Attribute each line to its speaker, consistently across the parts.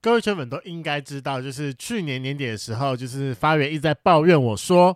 Speaker 1: 各位圈粉都应该知道，就是去年年底的时候，就是发源一直在抱怨我说，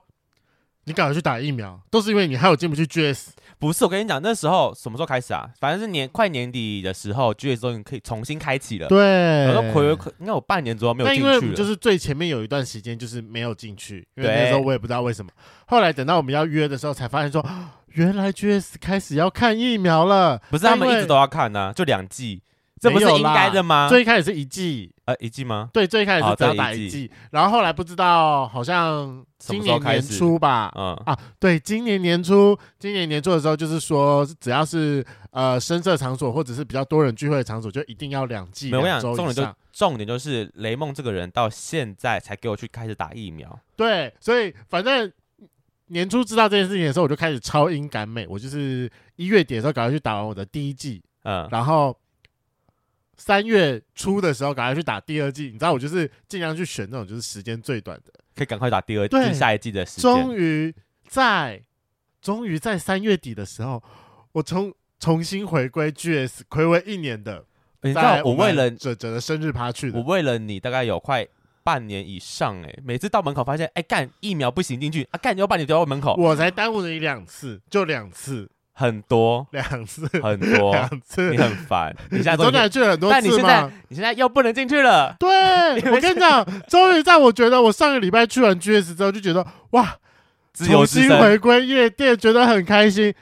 Speaker 1: 你赶快去打疫苗，都是因为你害我进不去 GS。
Speaker 2: 不是，我跟你讲，那时候什么时候开始啊？反正是年快年底的时候，G S 终于可以重新开启了。，
Speaker 1: 对，
Speaker 2: 然后暌违应该有半年左右没有
Speaker 1: 那
Speaker 2: 进
Speaker 1: 因为我
Speaker 2: 去
Speaker 1: 们
Speaker 2: 了。
Speaker 1: 就是最前面有一段时间就是没有进去，因为
Speaker 2: 对
Speaker 1: 那时候我也不知道为什么。后来等到我们要约的时候，才发现说，啊原来 GS 开始要看疫苗了。
Speaker 2: 不是他们
Speaker 1: 因为
Speaker 2: 一直都要看呢、就两季，这不是
Speaker 1: 没有
Speaker 2: 应
Speaker 1: 啦
Speaker 2: 该的吗？
Speaker 1: 最一开始是一剂，
Speaker 2: 呃，一季吗？
Speaker 1: 对，最一开始
Speaker 2: 哦
Speaker 1: 是只要
Speaker 2: 对
Speaker 1: 打
Speaker 2: 一
Speaker 1: 一
Speaker 2: 剂
Speaker 1: 剂，然后后来不知道好像
Speaker 2: 什么
Speaker 1: 今
Speaker 2: 时候
Speaker 1: 年
Speaker 2: 开
Speaker 1: 年
Speaker 2: 始
Speaker 1: 初吧，
Speaker 2: 嗯，
Speaker 1: 啊对，今年年初，今年年初的时候，就是说，只要是呃深色场所或者是比较多人聚会的场所，就一定要两剂
Speaker 2: 没有，我
Speaker 1: 两
Speaker 2: 想
Speaker 1: 周
Speaker 2: 重
Speaker 1: 以
Speaker 2: 点就
Speaker 1: 上。
Speaker 2: 重点就是雷梦这个人到现在才给我去开始打疫苗，
Speaker 1: 对，所以反正年初知道这件事情的时候，我就开始超英赶美，我就是一月底的时候赶快去打完我的第一剂，
Speaker 2: 嗯，
Speaker 1: 然后三月初的时候赶快去打第二剂。你知道，我就是尽量去选那种就是时间最短的。
Speaker 2: 可以赶快打第二季
Speaker 1: 对
Speaker 2: 就是下一季的时间。
Speaker 1: 终于在终于在三月底的时候，我重重新回归 GS，暌违一年的。
Speaker 2: 你知道
Speaker 1: 在
Speaker 2: 我为了
Speaker 1: 们哲哲的生日趴去
Speaker 2: 我
Speaker 1: 的，
Speaker 2: 为了你大概有快半年以上哎、每次到门口发现哎干疫苗不行进去啊干你要把你丢到门口，
Speaker 1: 我才耽误了你两次，就两次，
Speaker 2: 很多
Speaker 1: 两次，
Speaker 2: 很多，
Speaker 1: 两次
Speaker 2: 你。很烦，你现在
Speaker 1: 你
Speaker 2: 都
Speaker 1: 中间去了很多
Speaker 2: 但你
Speaker 1: 次
Speaker 2: 现在
Speaker 1: 吗？
Speaker 2: 你现在又不能进 去了，
Speaker 1: 对，我跟你讲，终于在我觉得我上个礼拜去完 GS 之后，就觉得哇，
Speaker 2: 自由
Speaker 1: 重
Speaker 2: 之
Speaker 1: 新
Speaker 2: 身。
Speaker 1: 回归夜店，觉得很开心。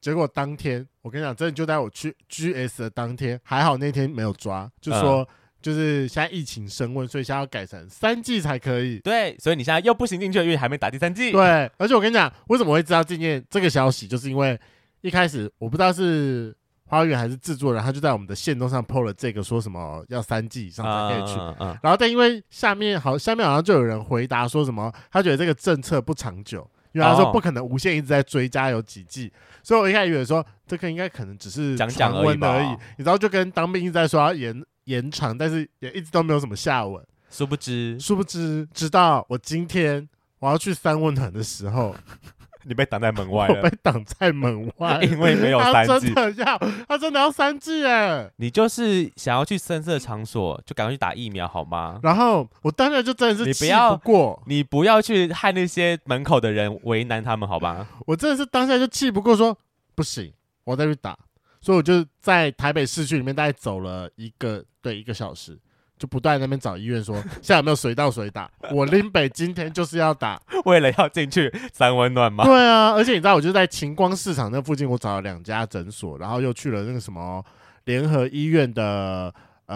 Speaker 1: 结果当天，我跟你讲，真的就在我去 GS 的当天，还好那天没有抓，就说就是现在疫情升温，所以现在要改成三季才可以。
Speaker 2: 对，所以你现在又不行进去了，因为你还没打第三季。
Speaker 1: 对，而且我跟你讲，为什么会知道这件这个消息，就是因为一开始我不知道是花园还是制作人，他就在我们的线动上 PO 了这个，说什么要三季以上才可以去。
Speaker 2: 嗯嗯，
Speaker 1: 然后但因为下面好，下面好像就有人回答说什么，他觉得这个政策不长久。因为他
Speaker 2: 哦
Speaker 1: 说不可能无限一直在追加有几季，所以我一开始以为说这个应该可能只是
Speaker 2: 讲讲
Speaker 1: 传
Speaker 2: 而已
Speaker 1: 闻
Speaker 2: 吧
Speaker 1: 而已，你知道就跟当兵一直在说要延延长，但是也一直都没有什么下文。
Speaker 2: 殊不知
Speaker 1: 殊不知，直到我今天我要去三温暖的时 候，
Speaker 2: 你被挡在门 外
Speaker 1: 我被，挡在门 外。
Speaker 2: 因为没有
Speaker 1: 他
Speaker 2: 三
Speaker 1: 真
Speaker 2: 季。
Speaker 1: 的要，他真的要三季哎！
Speaker 2: 你就是想要去深色场所，就赶快去打疫苗好吗？
Speaker 1: 然后我当然就真的
Speaker 2: 你
Speaker 1: 是
Speaker 2: 不
Speaker 1: 气
Speaker 2: 要
Speaker 1: 不过，
Speaker 2: 你不要去害那些门口的人为难他们 好吧？
Speaker 1: 我真的是当下就气不过说，不行，我再去打。所以我就在台北市区里面大概走了一个对一个小时，就不断在那边找医院说现在有没有随到随打。我林北今天就是要打，
Speaker 2: 为了要进去三温暖吗？
Speaker 1: 对啊，而且你知道，我就在晴光市场那附近，我找了两家诊所，然后又去了那个什么联合医院的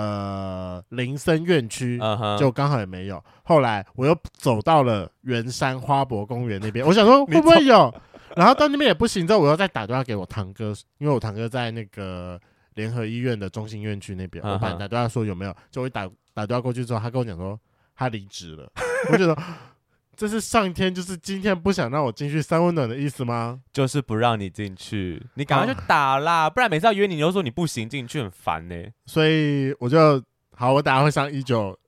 Speaker 1: 呃林森院区，
Speaker 2: 嗯哼，
Speaker 1: 就刚好也没有。后来我又走到了圆山花博公园那 边，我想说
Speaker 2: 你
Speaker 1: 会不会有，然后到那边也不行，之后我又再打电话给我堂哥，因为我堂哥在那个联合医院的中心院区那边，我
Speaker 2: 嗯
Speaker 1: 本
Speaker 2: 哼
Speaker 1: 来打电话说有没有，就我一打打电话过去之后，他跟我讲说他离职了，我觉得。 这是上天就是今天不想让我进去三温暖的意思吗？
Speaker 2: 就是不让你进去，你赶
Speaker 1: 啊
Speaker 2: 快去打啦，不然每次要约你，你又说你不行进去，很烦呢、
Speaker 1: 所以我就好，我等下会上一九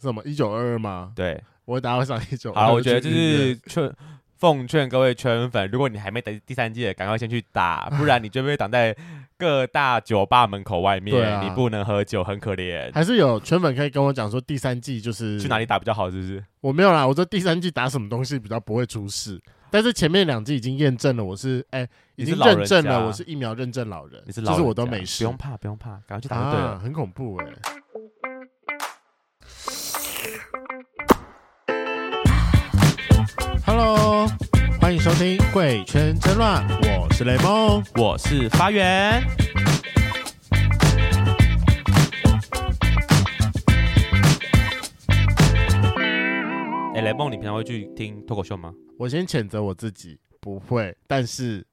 Speaker 1: 什么一九二二吗？
Speaker 2: 对，
Speaker 1: 我等下会上一九。
Speaker 2: 好了，我觉得就是劝奉劝各位圈粉，如果你还没打第三季的，赶快先去打，不然你就被挡在各大酒吧门口外
Speaker 1: 对
Speaker 2: 面，
Speaker 1: 啊
Speaker 2: 你不能喝酒，很可怜。
Speaker 1: 还是有圈粉可以跟我讲说第三季就是
Speaker 2: 去哪
Speaker 1: 里？
Speaker 2: 里打比较好？是不是？
Speaker 1: 我没有啦，我说第三季打什么东西比较不会出事，但是前面两季已经验证了我是哎、
Speaker 2: 你
Speaker 1: 已
Speaker 2: 是
Speaker 1: 经
Speaker 2: 老人
Speaker 1: 认证
Speaker 2: 家
Speaker 1: 了我是疫苗认证老人，
Speaker 2: 你是老人
Speaker 1: 就是
Speaker 2: 家，
Speaker 1: 我都没
Speaker 2: 不
Speaker 1: 事，
Speaker 2: 用怕，不用怕，赶快去打就对
Speaker 1: 啊，
Speaker 2: 了。
Speaker 1: 很恐怖哎、Hello，欢迎收听《贵圈争乱》，我是雷梦。
Speaker 2: 我是发源，哎、雷梦，你平常会去听脱口秀吗？
Speaker 1: 我先谴责我自己不会，但是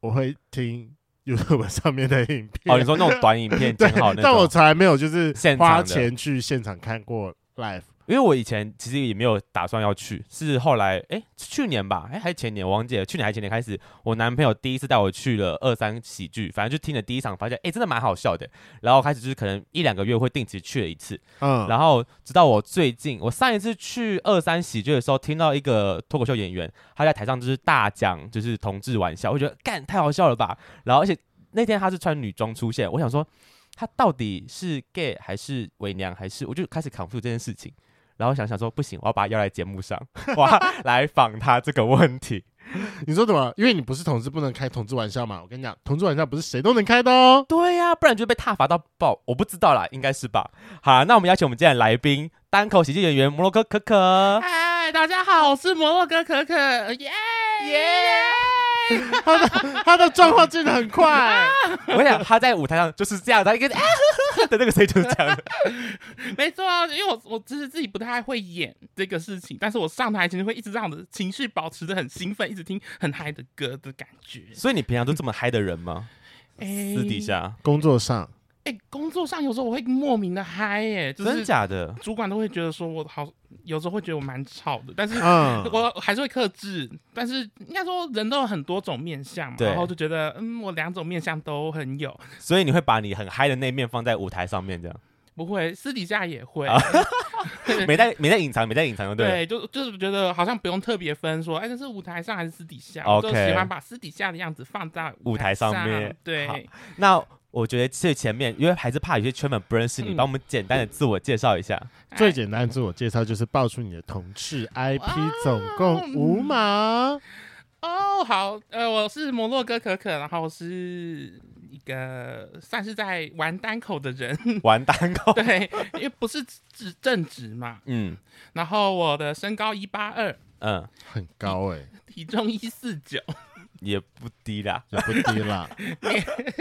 Speaker 1: 我会听 YouTube 上面的影片。
Speaker 2: 哦，你说那种短影片
Speaker 1: 对
Speaker 2: 剪好那种，
Speaker 1: 但我从来没有就是
Speaker 2: 现场的
Speaker 1: 花钱去现场看过 live。
Speaker 2: 因为我以前其实也没有打算要去，是后来哎、去年吧，哎、还是前年，我忘记了，去年还是前年开始，我男朋友第一次带我去了二三喜剧，反正就听了第一场，发现哎、真的蛮好笑的，然后开始就是可能一两个月会定期去了一次，
Speaker 1: 嗯，
Speaker 2: 然后直到我最近，我上一次去二三喜剧的时候，听到一个脱口秀演员，他在台上就是大讲就是同志玩笑，我觉得干太好笑了吧，然后而且那天他是穿女装出现，我想说他到底是 gay 还是伪娘，还是我就开始 confuse 这件事情。然后想想说，不行，我要把他邀来节目上， 我要来访他这个问题。
Speaker 1: 你说什么？因为你不是同志，不能开同志玩笑嘛。我跟你讲，同志玩笑不是谁都能开的哦。
Speaker 2: 对呀、不然就被踏伐到爆。我不知道啦，应该是吧。好啦，那我们邀请我们今天的来宾，单口喜剧演员摩洛哥可可。
Speaker 3: 嗨，大家好，我是摩洛哥可可，耶耶！
Speaker 1: 他的他的状况进的很快，
Speaker 2: 我想他在舞台上就是这样，他一个啊呵呵呵的那个声音就是这样的。
Speaker 3: 没错啊，因为我我其实自己不太会演这个事情，但是我上台前会一直让我的情绪保持的很兴奋，一直听很嗨的歌的感觉。
Speaker 2: 所以你平常都这么嗨的人吗？私底，下，
Speaker 1: 工作上
Speaker 3: 哎、工作上有时候我会莫名的嗨，哎，就
Speaker 2: 真
Speaker 3: 是
Speaker 2: 假的？
Speaker 3: 主管都会觉得说我好，有时候会觉得我蛮吵的，但是
Speaker 1: 嗯，
Speaker 3: 我还是会克制，但是应该说人都有很多种面相嘛，
Speaker 2: 对
Speaker 3: 然后就觉得嗯，我两种面相都很有，
Speaker 2: 所以你会把你很嗨的那一面放在舞台上面，这样
Speaker 3: 不会私底下也会，
Speaker 2: 啊没在没在隐藏，没在隐藏，对不对？
Speaker 3: 对，就就是觉得好像不用特别分说，哎，这是舞台上还是私底下
Speaker 2: OK
Speaker 3: 我就喜欢把私底下的样子放在
Speaker 2: 舞台
Speaker 3: 台
Speaker 2: 上面
Speaker 3: 面。
Speaker 2: 好
Speaker 3: 对，哎
Speaker 2: 那我觉得最前面，因为还是怕有些圈粉不认识你，
Speaker 3: 嗯
Speaker 2: 帮我们简单的自我介绍一下。
Speaker 1: 最
Speaker 3: 哎
Speaker 1: 简单的自我介绍就是报出你的同志 IP，
Speaker 3: 哇
Speaker 1: 总共五码。
Speaker 3: 哦，好，呃，我是摩洛哥可可，然后是一个算是在玩单口的人，
Speaker 2: 玩单口，
Speaker 3: 对，因为不是职正职嘛，
Speaker 2: 嗯
Speaker 3: 然后我的身高一八二，
Speaker 2: 嗯，
Speaker 1: 很高哎、
Speaker 3: 体重一四九，
Speaker 2: 也不低啦。
Speaker 1: 也不低 啦。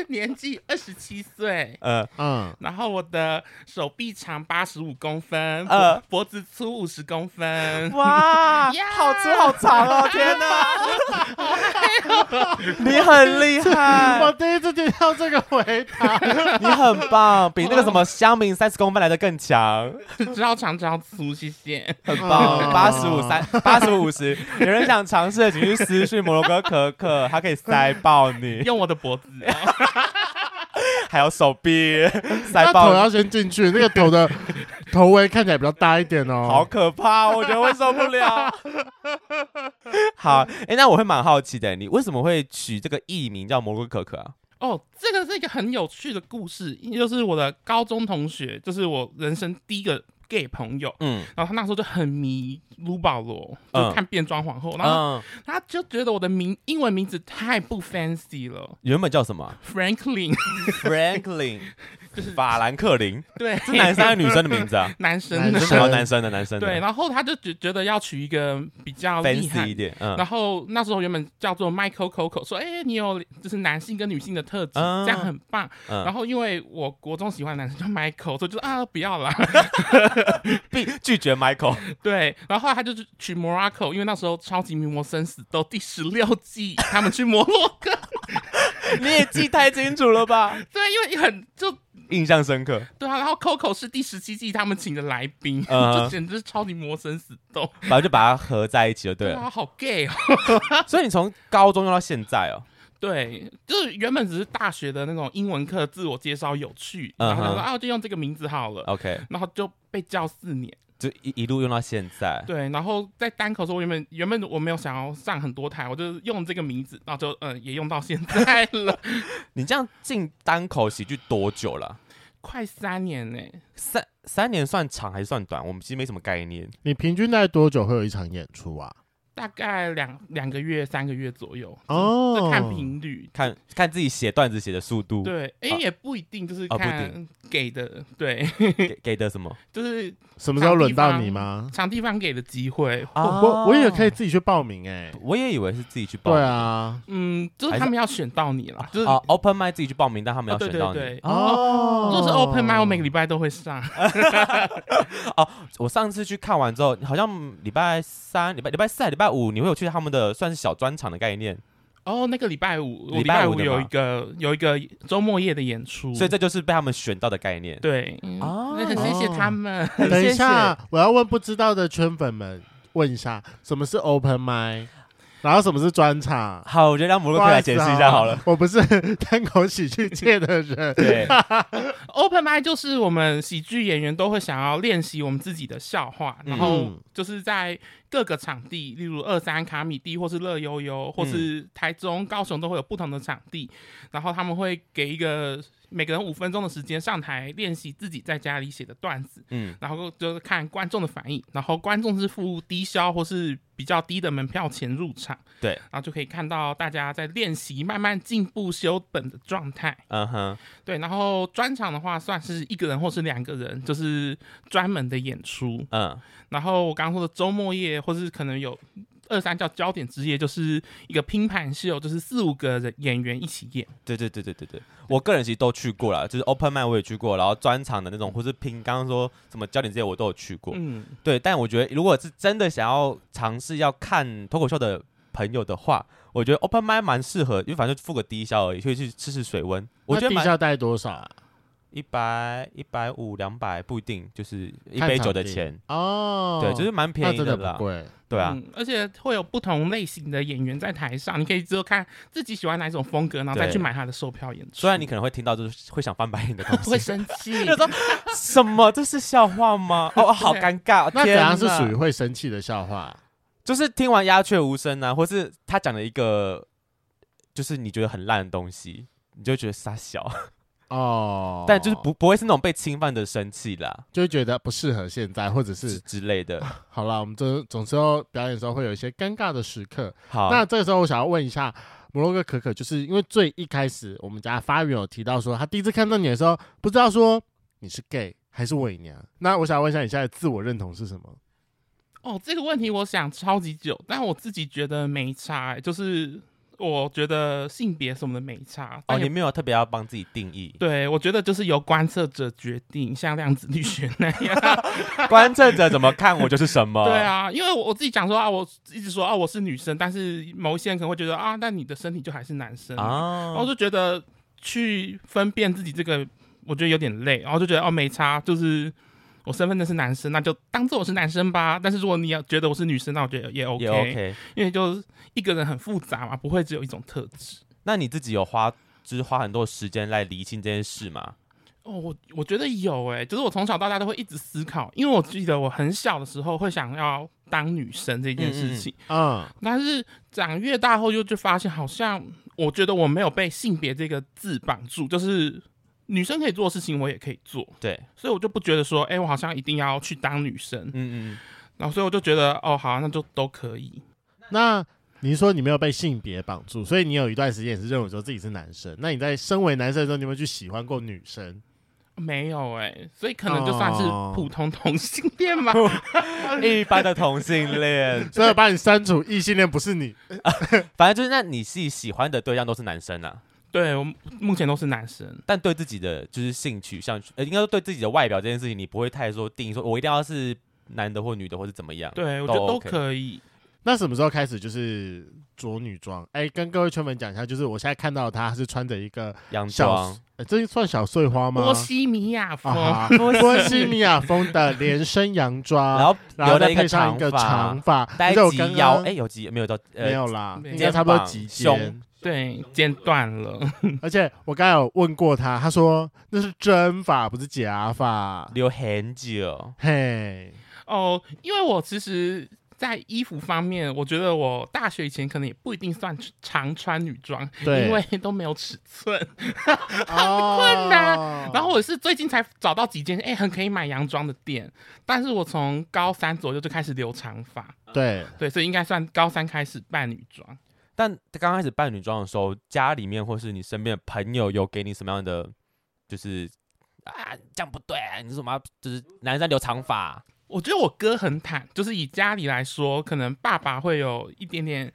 Speaker 3: 年纪二十七岁。
Speaker 2: 呃
Speaker 1: 嗯，
Speaker 3: 然后我的手臂长八十五公分，脖、
Speaker 2: 呃哦
Speaker 3: 脖子粗五十公分，
Speaker 2: 哇
Speaker 3: 呀哎
Speaker 2: 好粗好长 哦！天哪， 你很厉
Speaker 1: 我
Speaker 2: 害，
Speaker 1: 第一次听到这个回答，
Speaker 2: 你很棒，比那个什么香茗三十公分来的更 强，
Speaker 3: 超长超粗，谢谢。
Speaker 2: 很棒。
Speaker 3: 嗯
Speaker 1: 哦
Speaker 2: 八十五三，八十五五十，有人想尝试的，请去私讯摩洛哥可可，他可以塞爆你，
Speaker 3: 用我的脖子，
Speaker 2: 还有手臂塞
Speaker 1: 他头
Speaker 2: 爆
Speaker 1: 要
Speaker 2: 你。
Speaker 1: 先进去，那个头 的头围看起来比较大一点哦。
Speaker 2: 好可怕，我觉得会受不 了。好，哎、那我会蛮好奇的，你为什么会取这个艺名叫摩洛哥可可啊？
Speaker 3: 哦，这个是一个很有趣的故事，就是我的高中同学，就是我人生第一个 gay 朋友。
Speaker 2: 嗯
Speaker 3: 然后他那时候就很迷卢保罗，
Speaker 2: 嗯
Speaker 3: 就看变装皇后，然后
Speaker 2: 嗯，
Speaker 3: 他就觉得我的名英文名字太不 fancy 了
Speaker 2: 原本叫什么啊？
Speaker 3: ，Franklin，
Speaker 2: Franklin，法兰克林，
Speaker 3: 对，
Speaker 2: 是男生还是女生的名字啊？
Speaker 3: 男生
Speaker 1: 男
Speaker 3: 的
Speaker 1: 生
Speaker 2: 然后男生的男生的，
Speaker 3: 对，然后他就觉觉得要取一个比较厉害
Speaker 2: ，fancy 一点，嗯
Speaker 3: 然后那时候原本叫做 Michael Coco，说哎、你有就是男性跟女性的特质，
Speaker 2: 嗯
Speaker 3: 这样很棒。然
Speaker 2: 嗯，
Speaker 3: 后因为我国中喜欢的男生叫 Michael，所以就啊不 要啦。
Speaker 2: 并 拒绝 Michael，
Speaker 3: 对，然后后来他就去取 Morocco，因为那时候《超级名模生死斗》第十六季，他们去摩洛哥，
Speaker 2: 你也记太清楚了吧？
Speaker 3: 对，因为很就
Speaker 2: 印象深刻，
Speaker 3: 对啊。然后 Coco 是第十七季他们请的来宾，
Speaker 2: 嗯
Speaker 3: 就简直是《超级魔生死斗》。
Speaker 2: 反正就把它合在一起就对
Speaker 3: 对
Speaker 2: 了。
Speaker 3: 啊，好 gay 哦。
Speaker 2: 所以你从高中用到现在哦，
Speaker 3: 对，就是原本只是大学的那种英文课自我介绍有趣，然后想说、
Speaker 2: 嗯哼
Speaker 3: 啊就用这个名字好了。
Speaker 2: ，OK，
Speaker 3: 然后就被叫四年。
Speaker 2: 就一一路用到现在。
Speaker 3: 对，然后在单口的时候，我原本原本我没有想要上很多台，我就是用这个名字，然后就嗯也用到现在了，
Speaker 2: 你这样进单口喜剧多久了？
Speaker 3: 快三年呢、
Speaker 2: 三三年算长还是算短？我们其实没什么概念。
Speaker 1: 你平均大概多久会有一场演出啊？
Speaker 3: 大概两两个月、三个月左右，
Speaker 1: 哦
Speaker 3: 这，看频率。
Speaker 2: 看看自己写段子写的速度，
Speaker 3: 对，哎、
Speaker 2: 啊
Speaker 3: 也不一定，就是
Speaker 2: 啊不一
Speaker 3: 看给的，对，
Speaker 2: 给给的什么？
Speaker 3: 就是
Speaker 1: 什么时候轮到你吗？
Speaker 3: 场地方给的机会，
Speaker 1: 我哦我我也可以自己去报名哎、
Speaker 2: 啊我也以为是自己去报名
Speaker 1: 对啊，
Speaker 3: 嗯，就
Speaker 2: 还
Speaker 3: 是
Speaker 2: 是
Speaker 3: 他们要选到你了，就是、
Speaker 2: 啊，open m i 自己去报名，但他们要
Speaker 3: 啊对
Speaker 2: 选到你。
Speaker 3: 对对
Speaker 1: 哦
Speaker 3: 如果是 open m i 我
Speaker 2: 哦
Speaker 3: 每个礼拜都会上，
Speaker 2: 我上次去看完之后，好像礼拜三、礼拜礼拜四、还礼拜五，你会有去他们的算是小专场的概念，
Speaker 3: 哦，那个礼拜五，我
Speaker 2: 礼
Speaker 3: 礼
Speaker 2: 拜
Speaker 3: 拜
Speaker 2: 五
Speaker 3: 五
Speaker 2: 的
Speaker 3: 有
Speaker 2: 吗
Speaker 3: 一个有一个周末夜的演出，
Speaker 2: 所以这就是被他们选到的概念。
Speaker 3: 对
Speaker 2: 哦
Speaker 3: 嗯那很谢谢他们。
Speaker 2: 很
Speaker 1: 等一
Speaker 2: 谢
Speaker 1: 下，我要问不知道的圈粉们，问一下什么是 open m i 然后什么是专场？
Speaker 2: 好，我觉得让摩洛克来解释一下好了。。
Speaker 1: 不好意思啊，我不是单口喜剧界的人
Speaker 2: 对，
Speaker 3: Open m i 就是我们喜剧演员都会想要练习我们自己的笑话，
Speaker 2: 嗯
Speaker 3: 然后就是在各个场地，例如二三卡米地，或是乐悠悠，或是台中、高雄都会有不同的场地，然后他们会给一个每个人五分钟的时间上台练习自己在家里写的段子，
Speaker 2: 嗯，
Speaker 3: 然后就是看观众的反应，然后观众是付低消或是比较低的门票钱入场，
Speaker 2: 对
Speaker 3: 然后就可以看到大家在练习慢慢进步修本的状态。
Speaker 2: 嗯哼，
Speaker 3: 对，然后专场的话，算是一个人或是两个人，就是专门的演出。
Speaker 2: 嗯，
Speaker 3: 然后我刚刚说的周末夜，或是可能有二三叫焦点之夜，就是一个拼盘秀，就是四五个人演员一起演。
Speaker 2: 对对对对对对，我个人其实都去过了，就是 open m i 我也去过，然后专场的那种，或是拼刚刚说什么焦点这些我都有去过。
Speaker 3: 嗯，
Speaker 2: 对，但我觉得如果是真的想要尝试要看脱口秀的朋友的话，我觉得 open m i 蛮适合，因为反正就付个低消而已，可以去试试水温。 我觉得
Speaker 1: 那
Speaker 2: 蛮
Speaker 1: 地下带多少啊？
Speaker 2: 一百、一百五、两百不一定，就是一
Speaker 1: 看
Speaker 2: 杯
Speaker 1: 场
Speaker 2: 酒的
Speaker 1: 地
Speaker 2: 钱，
Speaker 1: 哦，
Speaker 2: 对，就是蛮便
Speaker 1: 那
Speaker 2: 宜
Speaker 1: 真的
Speaker 2: 啦
Speaker 1: 不。贵。
Speaker 2: 对啊，
Speaker 3: 嗯而且会有不同类型的演员在台上，你可以之后看自己喜欢哪一种风格，然后再
Speaker 2: 对
Speaker 3: 去买他的售票演出。
Speaker 2: 虽然你可能会听到就是会想翻白眼的 东西，
Speaker 3: 会生气，
Speaker 2: 就说什么这是笑话 吗？哦，哦好
Speaker 3: 对
Speaker 2: 尴尬。
Speaker 1: 那怎
Speaker 2: 天
Speaker 1: 样是
Speaker 2: 哪
Speaker 1: 属于会生气的笑话？
Speaker 2: 就是听完鸦雀无声啊，或是他讲了一个就是你觉得很烂的东西，你就觉得傻小，
Speaker 1: 哦，
Speaker 2: 但就是不不会是那种被侵犯的生气啦，
Speaker 1: 就会觉得不适合现在，或者
Speaker 2: 之
Speaker 1: 是
Speaker 2: 之类 的。
Speaker 1: 好了，我们这总之要表演的时候会有一些尴尬的时刻。
Speaker 2: 好，哦
Speaker 1: 那这个时候我想要问一下摩洛哥可可，就是因为最一开始我们家发源有提到说，他第一次看到你的时候，不知道说你是 gay 还是伪娘。那我想问一下，你现在的自我认同是什 么？
Speaker 3: 哦，这个问题我想超级久，但我自己觉得没差、欸，就是我觉得性别什么的没
Speaker 2: 哦，
Speaker 3: 差。
Speaker 1: 哎
Speaker 3: 但也
Speaker 2: 你没有特别要帮自己定义，
Speaker 3: 对，我觉得就是由观测者决定，像量子力学那样。
Speaker 2: 观测者怎么看我就是 什么。
Speaker 3: 对，啊，因为我我自己讲说啊，我一直说啊我是女生，但是某一些人可能会觉得啊，那你的身体就还是男生啊，
Speaker 1: 嗯
Speaker 3: 然后
Speaker 1: 哦
Speaker 2: 啊，
Speaker 3: 就觉得去分辨自己这个，我觉得有点累，然后就觉得哦没差，就是。我身份证是男生，那就当做我是男生吧。但是如果你要觉得我是女生，那我觉得也 OK，,
Speaker 2: 也 OK。
Speaker 3: 因为就是一个人很复杂嘛，不会只有一种特质。
Speaker 2: 那你自己有花就是花很多时间来厘清这件事吗？
Speaker 3: 哦，我我觉得有诶、就是我从小到大都会一直思考，因为我记得我很小的时候会想要当女生这件事情，
Speaker 1: 嗯，
Speaker 3: 但是长越大后就就发现，好像我觉得我没有被性别这个字绑住，就是女生可以做的事情我也可以做，
Speaker 2: 对，
Speaker 3: 所以我就不觉得说，诶、我好像一定要去当女生，
Speaker 2: 嗯嗯，
Speaker 3: 然后所以我就觉得，哦，好啊、那就都可以。
Speaker 1: 那你是说你没有被性别绑住，所以你有一段时间也是认为说自己是男生。那你在身为男生的时候，你有没有去喜欢过女生？
Speaker 3: 没有诶、所以可能就算是
Speaker 1: 哦，
Speaker 3: 普通同性恋吧。
Speaker 2: 嗯一般的同性恋
Speaker 1: 所以把你删除异性恋不是你，
Speaker 2: 反正就是那你自己喜欢的对象都是男生啊，
Speaker 3: 对我目前都是男生。
Speaker 2: 但对自己的就是性取向，呃，应该说对自己的外表这件事情，你不会太说定义说我一定要是男的或女的或是怎么样。
Speaker 3: 对，我觉得都
Speaker 2: OK
Speaker 3: 可以。
Speaker 1: 那什么时候开始就是着女装？哎、跟各位圈粉讲一下，就是我现在看到她是穿着一个
Speaker 2: 洋
Speaker 1: 小
Speaker 2: 装，，
Speaker 1: 呃这算小碎花吗？
Speaker 3: 波西米亚风，
Speaker 1: 啊哈，波西米亚风的连身洋
Speaker 2: 然
Speaker 1: 装，
Speaker 2: 后
Speaker 1: 然后
Speaker 2: 留了
Speaker 1: 再
Speaker 2: 一
Speaker 1: 配
Speaker 2: 个
Speaker 1: 上一个长
Speaker 2: 发，
Speaker 1: 发，
Speaker 2: 呆
Speaker 1: 而且我
Speaker 2: 及
Speaker 1: 刚
Speaker 2: 腰，
Speaker 1: 刚
Speaker 2: 哎，有及没有到
Speaker 1: 没
Speaker 2: 呃
Speaker 1: 有啦，
Speaker 3: 没有
Speaker 1: 应该差不多
Speaker 2: 肩膀
Speaker 1: 及肩
Speaker 2: 胸。
Speaker 3: 对，剪断了。
Speaker 1: 而且我刚才有问过他，他说那是真发，不是假发。
Speaker 2: 留很久，
Speaker 1: 嘿，
Speaker 3: 哦，因为我其实，在衣服方面，我觉得我大学以前可能也不一定算常穿女装，
Speaker 1: 对
Speaker 3: 因为都没有尺寸。
Speaker 1: 好困哦
Speaker 2: 哦
Speaker 3: 难然后我是最近才找到几间哎、很可以买洋装的店，但是我从高三左右就开始留长发，
Speaker 1: 对，
Speaker 3: 对，所以应该算高三开始扮女装。
Speaker 2: 但刚开始扮女装的时候，家里面或是你身边的朋友有给你什么样的，就是啊，这样不对，你怎么要就是男生留长发？啊
Speaker 3: 我觉得我哥很坦，就是以家里来说，可能爸爸会有一点点